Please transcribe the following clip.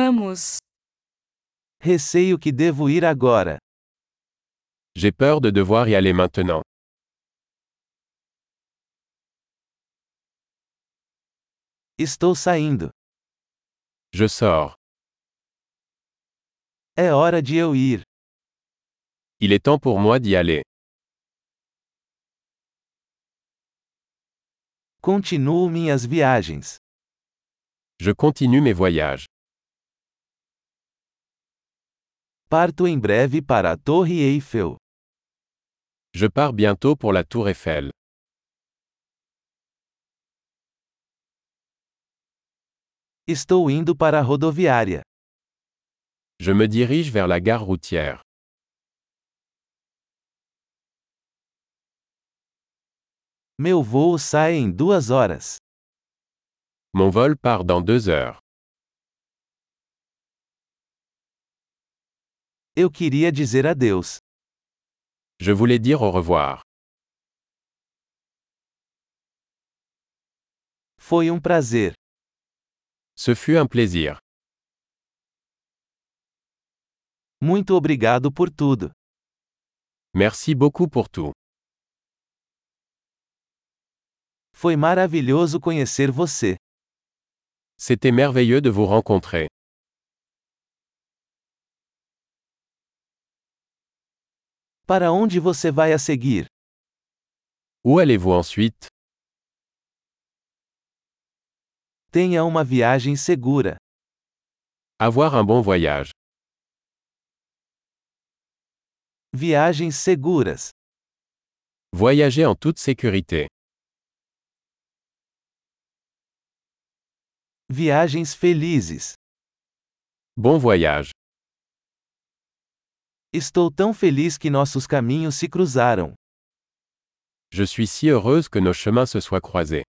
Vamos. Receio que devo ir agora. J'ai peur de devoir y aller maintenant. Estou saindo. Je sors. É hora de eu ir. Il est temps pour moi d'y aller. Continuo minhas viagens. Je continue mes voyages. Parto em breve para a Torre Eiffel. Je pars bientôt pour la Tour Eiffel. Estou indo para a rodoviária. Je me dirige vers la gare routière. Meu voo sai em duas horas. Mon vol part dans deux heures. Eu queria dizer adeus. Je voulais dire au revoir. Foi um prazer. Ce fut un plaisir. Muito obrigado por tudo. Merci beaucoup pour tout. Foi maravilhoso conhecer você. C'était merveilleux de vous rencontrer. Para onde você vai a seguir? Où allez-vous ensuite Tenha uma viagem segura. Avoir un bon voyage. Viagens seguras. Voyager en toute sécurité. Viagens felizes. Bon voyage. Estou tão feliz que nossos caminhos se cruzaram. Je suis si heureuse que nos chemins se soient croisés.